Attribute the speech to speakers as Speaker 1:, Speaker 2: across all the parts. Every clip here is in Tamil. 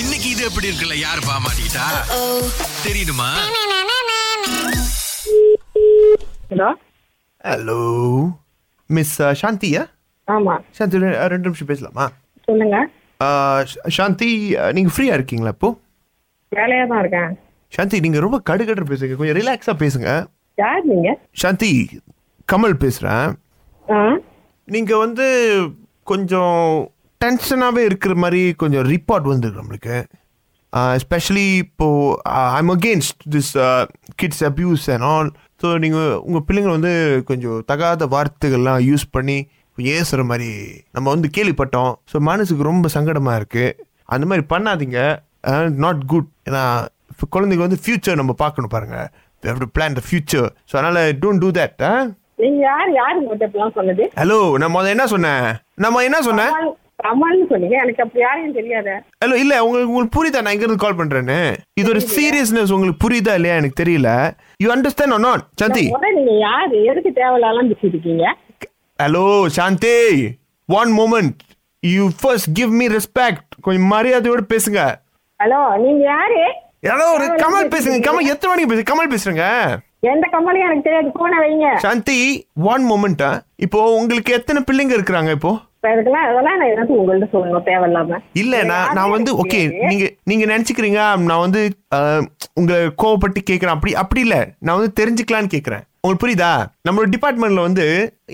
Speaker 1: இன்னைக்கு இது எப்படி இருக்குல்ல யார் பாமாட்டா தெரியுமா
Speaker 2: ஹலோ
Speaker 3: ஹலோ மிஸ் சாந்தியா
Speaker 2: ஆமா
Speaker 3: சாந்தி ரெ- அஹ், uh, ரெண்டு நிமிஷம் பேசலாமா Uh,
Speaker 2: சொல்லுங்க
Speaker 3: அஹ், ஷ- சாந்தி அஹ், uh, நீங்க ஃப்ரீயா இருக்கீங்களா இப்போ
Speaker 2: வேலையா தான் இருக்கேன்
Speaker 3: சாந்தி நீங்க ரொம்ப கடுகடுன்னு பேசுங்க கொஞ்சம் ரிலாக்ஸா பேசுங்க
Speaker 2: யார் நீங்க
Speaker 3: சாந்தி கமல் பேசுறேன்
Speaker 2: ஆ
Speaker 3: நீங்க வந்து கொஞ்சம் டென்ஷனாவே இருக்கிற மாதிரி கொஞ்சம் ரிப்போர்ட் வந்திருக்கு நம்மளுக்கு எஸ்பெஷலி இப்போ I'm against this kids abuse and all so நீங்கள் உங்கள் பிள்ளைங்களை வந்து கொஞ்சம் தகாத வார்த்தைகள்லாம் யூஸ் பண்ணி ஏசுகிற மாதிரி நம்ம வந்து கேள்விப்பட்டோம் ஸோ மனசுக்கு ரொம்ப சங்கடமாக இருக்குது அந்த மாதிரி பண்ணாதீங்க நாட் குட் ஏன்னா இப்போ குழந்தைங்க வந்து ஃப்யூச்சர் நம்ம பார்க்கணும் பாருங்கள் have to plan the future so அதனால் டோன்ட் டூ தட் ஆ
Speaker 2: நீங்க யார் யார் உங்கள்கிட்ட இப்பெல்லாம் சொன்னது
Speaker 3: ஹலோ நான் முதல்ல என்ன சொன்னேன் நான் முதல்ல என்ன சொன்னேன்
Speaker 2: கமல்- கமல்னு சொன்னீங்க எனக்கு அப்படி யாரையும் தெரியாத
Speaker 3: ஹலோ இல்ல உங்களுக்கு உங்களுக்கு புரியுதா நான் இங்க இருந்து கால் பண்றேன்னு இது ஒரு சீரியஸ்னஸ் உங்களுக்கு புரியுதா இல்லையா எனக்கு தெரியல you understand or not Shanti
Speaker 2: முத நீங்க யாரு எதுக்கு தேவையில்லாம் பேசிட்டு இருக்கீங்க
Speaker 3: hello Shanti one moment you first give me respect கொஞ்சம் மரியாதையோட பேசுங்க
Speaker 2: ஹலோ நீங்க யாரு
Speaker 3: ஹலோ ஒரு கமல் பேசுங்க கமல் எத்தனை மணிக்கு பேசுங்க கமல் பேசுறேங்க
Speaker 2: எந்த கமலையும் எனக்கு தெரியாது போன வைங்க
Speaker 3: சாந்தி ஒன் மூமெண்ட் இப்போ உங்களுக்கு எத்தனை பிள்ளைங்க இருக்கிறாங்க இப்போ
Speaker 2: இப்ப இதுக்கெல்லாம் அதெல்லாம் நான் எனக்கு உங்கள்ட்ட சொல்லணும் தேவையில்லாம
Speaker 3: இல்ல நான் நான் வந்து ஓகே நீங்க நீங்க நினைச்சுக்கிறீங்க நான் வந்து அஹ், உங்களை கோவப்பட்டு கேக்குறேன் அப்படி அப்படி இல்ல நான் வந்து தெரிஞ்சுக்கலாம்னு கேக்குறேன் உங்களுக்கு புரியுதா நம்மளோட டிபார்ட்மெண்ட்ல வந்து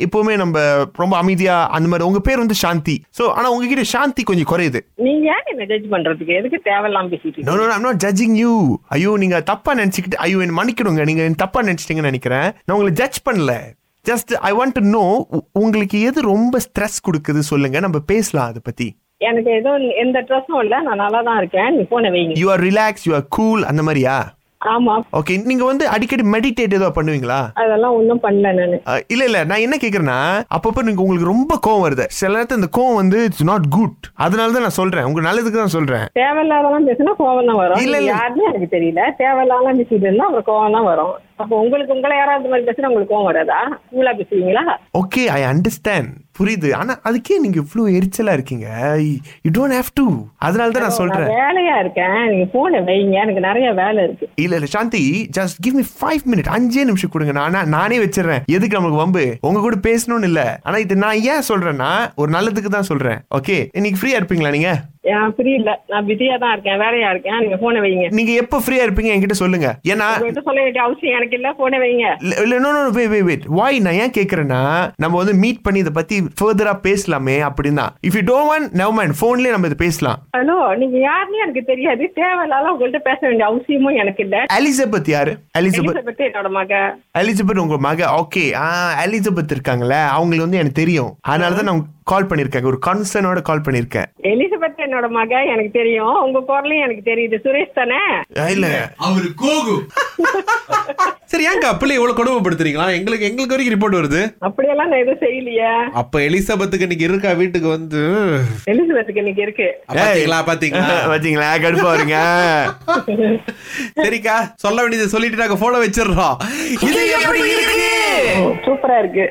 Speaker 3: எப்பவுமே நம்ம ரொம்ப அமைதியா அந்த மாதிரி உங்க பேர் வந்து சாந்தி சோ ஆனா உங்ககிட்ட சாந்தி கொஞ்சம் குறையுது
Speaker 2: நீங்க யார் என்ன ஜட்ஜ் பண்றதுக்கு எதுக்கு தேவையில்லாம பேசிட்டு
Speaker 3: நோ
Speaker 2: இருக்கீங்க
Speaker 3: no I'm not judging you ஐயோ நீங்க தப்பா நினைச்சுக்கிட்டு ஐயோ என்ன மன்னிக்கணுங்க நீங்க என்ன தப்பா நினைச்சிட்டீங்கன்னு நினைக்கிறேன் நான் உங்களை ஜட்ஜ் பண்ணல just I want to know உங்களுக்கு எது ரொம்ப ஸ்ட்ரெஸ் கொடுக்குது சொல்லுங்க நம்ம பேசலாம் அதை பத்தி
Speaker 2: எனக்கு ஏதோ எந்த ட்ரெஸ்ஸும் இல்ல நான் நல்லா தான் இருக்கேன் நீ போன வைங்க
Speaker 3: you are relax you are cool அந்த மாதிரியா
Speaker 2: ஆமா
Speaker 3: ஓகே நீங்க வந்து அடிக்கடி மெடிடேட் ஏதோ பண்ணுவீங்களா
Speaker 2: அதெல்லாம் ஒண்ணும் பண்ணல நானு
Speaker 3: அஹ், இல்ல இல்ல நான் என்ன கேக்குறேன்னா அப்பப்போ நீங்க உங்களுக்கு ரொம்ப கோவம் வருது சில நேரத்துல இந்த கோவம் வந்து இட்ஸ் நாட் குட் அதனால தான் நான் சொல்றேன் உங்க நல்லதுக்கு தான் சொல்றேன்
Speaker 2: தேவையில்லாதெல்லாம் பேசினா கோவம் தான் வரும்
Speaker 3: இல்ல,
Speaker 2: நீங்க
Speaker 3: இல்ல.
Speaker 2: யாருன்னு எனக்கு தெரியல தேவையில்லாமலாம் பேசிட்டு இருந்தா அப்புறம் கோவம் தான் வரும் அப்போ உங்களுக்கு உங்களை யாராவது இந்த மாதிரி பேசினா உங்களுக்கு கோவம் வராதா கூலா பேசுவீங்களா
Speaker 3: ஓகே ஐ அண்டர்ஸ்டாண்ட் புரியுது ஆனா அதுக்கே நீங்க இவ்ளோ எரிச்சலா இருக்கீங்க யூ டோன்ட் ஹேவ் டு அதனால தான் நான் சொல்றேன்
Speaker 2: நான் வேலையா இருக்கேன் நீங்க போன வைங்க எனக்கு நிறைய வேலை இருக்கு
Speaker 3: இல்ல இல்ல Shanthi just give me five minute அஞ்சே நிமிஷம் கொடுங்க நானா நானே வச்சிடுறேன் எதுக்கு நமக்கு வம்பு உங்க கூட பேசணும்னு இல்ல ஆனா இது நான் ஏன் சொல்றேன்னா ஒரு நல்லதுக்கு தான் சொல்றேன் ஓகே இன்னைக்கு ஃப்ரீயா இருப்பீங்களா நீங்க
Speaker 2: ஏன் புரியல நான் பிஸியா தான் இருக்கேன் வேலையா இருக்கேன் நீங்க போன வைங்க
Speaker 3: நீங்க எப்போ ஃப்ரீயா இருப்பீங்க என்கிட்ட சொல்லுங்க ஏன்னா
Speaker 2: உங்கள்கிட்ட சொல்ல வேண்டிய அவசியம் எனக்கு இல்ல போன வைங்க
Speaker 3: இல்ல- இல்ல no no wait wait wait வாய் நான் ஏன் கேக்குறேன்னா நம்ம வந்து மீட் பண்ணி இதை பத்தி ஃபர்தரா பேசலாமே அப்படின்னா if you don't want never mind ஃபோன்லயே நம்ம இதை பேசலாம்
Speaker 2: ஹலோ நீங்க யாருன்னு எனக்கு தெரியாது தேவையில்லாத உங்கள்கிட்ட பேச வேண்டிய அவசியமும் எனக்கு இல்ல
Speaker 3: எலிசபெத் யாரு எலிசபெத்
Speaker 2: எலிசபெத் என்னோட மக
Speaker 3: எலிசபெத் உங்க மக ஓகே ஆ எலிசபெத் இருக்காங்கல்ல அவங்களுக்கு வந்து எனக்கு தெரியும் அதனால தான் நான் கால் பண்ணியிருக்கேன் ஒரு கன்சர்னோட கால் பண்ணியிருக்கேன்
Speaker 2: எலிசபெத் என்னோட மக எனக்கு தெரியும் உங்க குரலையும் எனக்கு தெரியுது சுரேஷ் தானே
Speaker 3: அஹ் இல்ல
Speaker 1: அவரு கோகு
Speaker 4: சரி ஏங்கா பிள்ளை இவ்வளவு கொடுமைப்படுத்துறீங்களா எங்களுக்கு எங்களுக்கு வரைக்கும் ரிப்போர்ட் வருது
Speaker 2: அப்படியெல்லாம் நான் எதுவும் செய்யலையே
Speaker 4: அப்ப எலிசபெத்துக்கு இன்னைக்கு இருக்கா வீட்டுக்கு வந்து
Speaker 2: எலிசபெத்துக்கு இன்னைக்கு இருக்கு
Speaker 4: பாத்தீங்களா பாத்தீங்களா
Speaker 3: பாத்தீங்களா கடுப்பா வருங்க
Speaker 4: சரிக்கா சொல்ல வேண்டியதை சொல்லிட்டு நாங்க போன வச்சிடுறோம் இது எப்படி இருக்கு
Speaker 2: சூப்பரா இருக்கு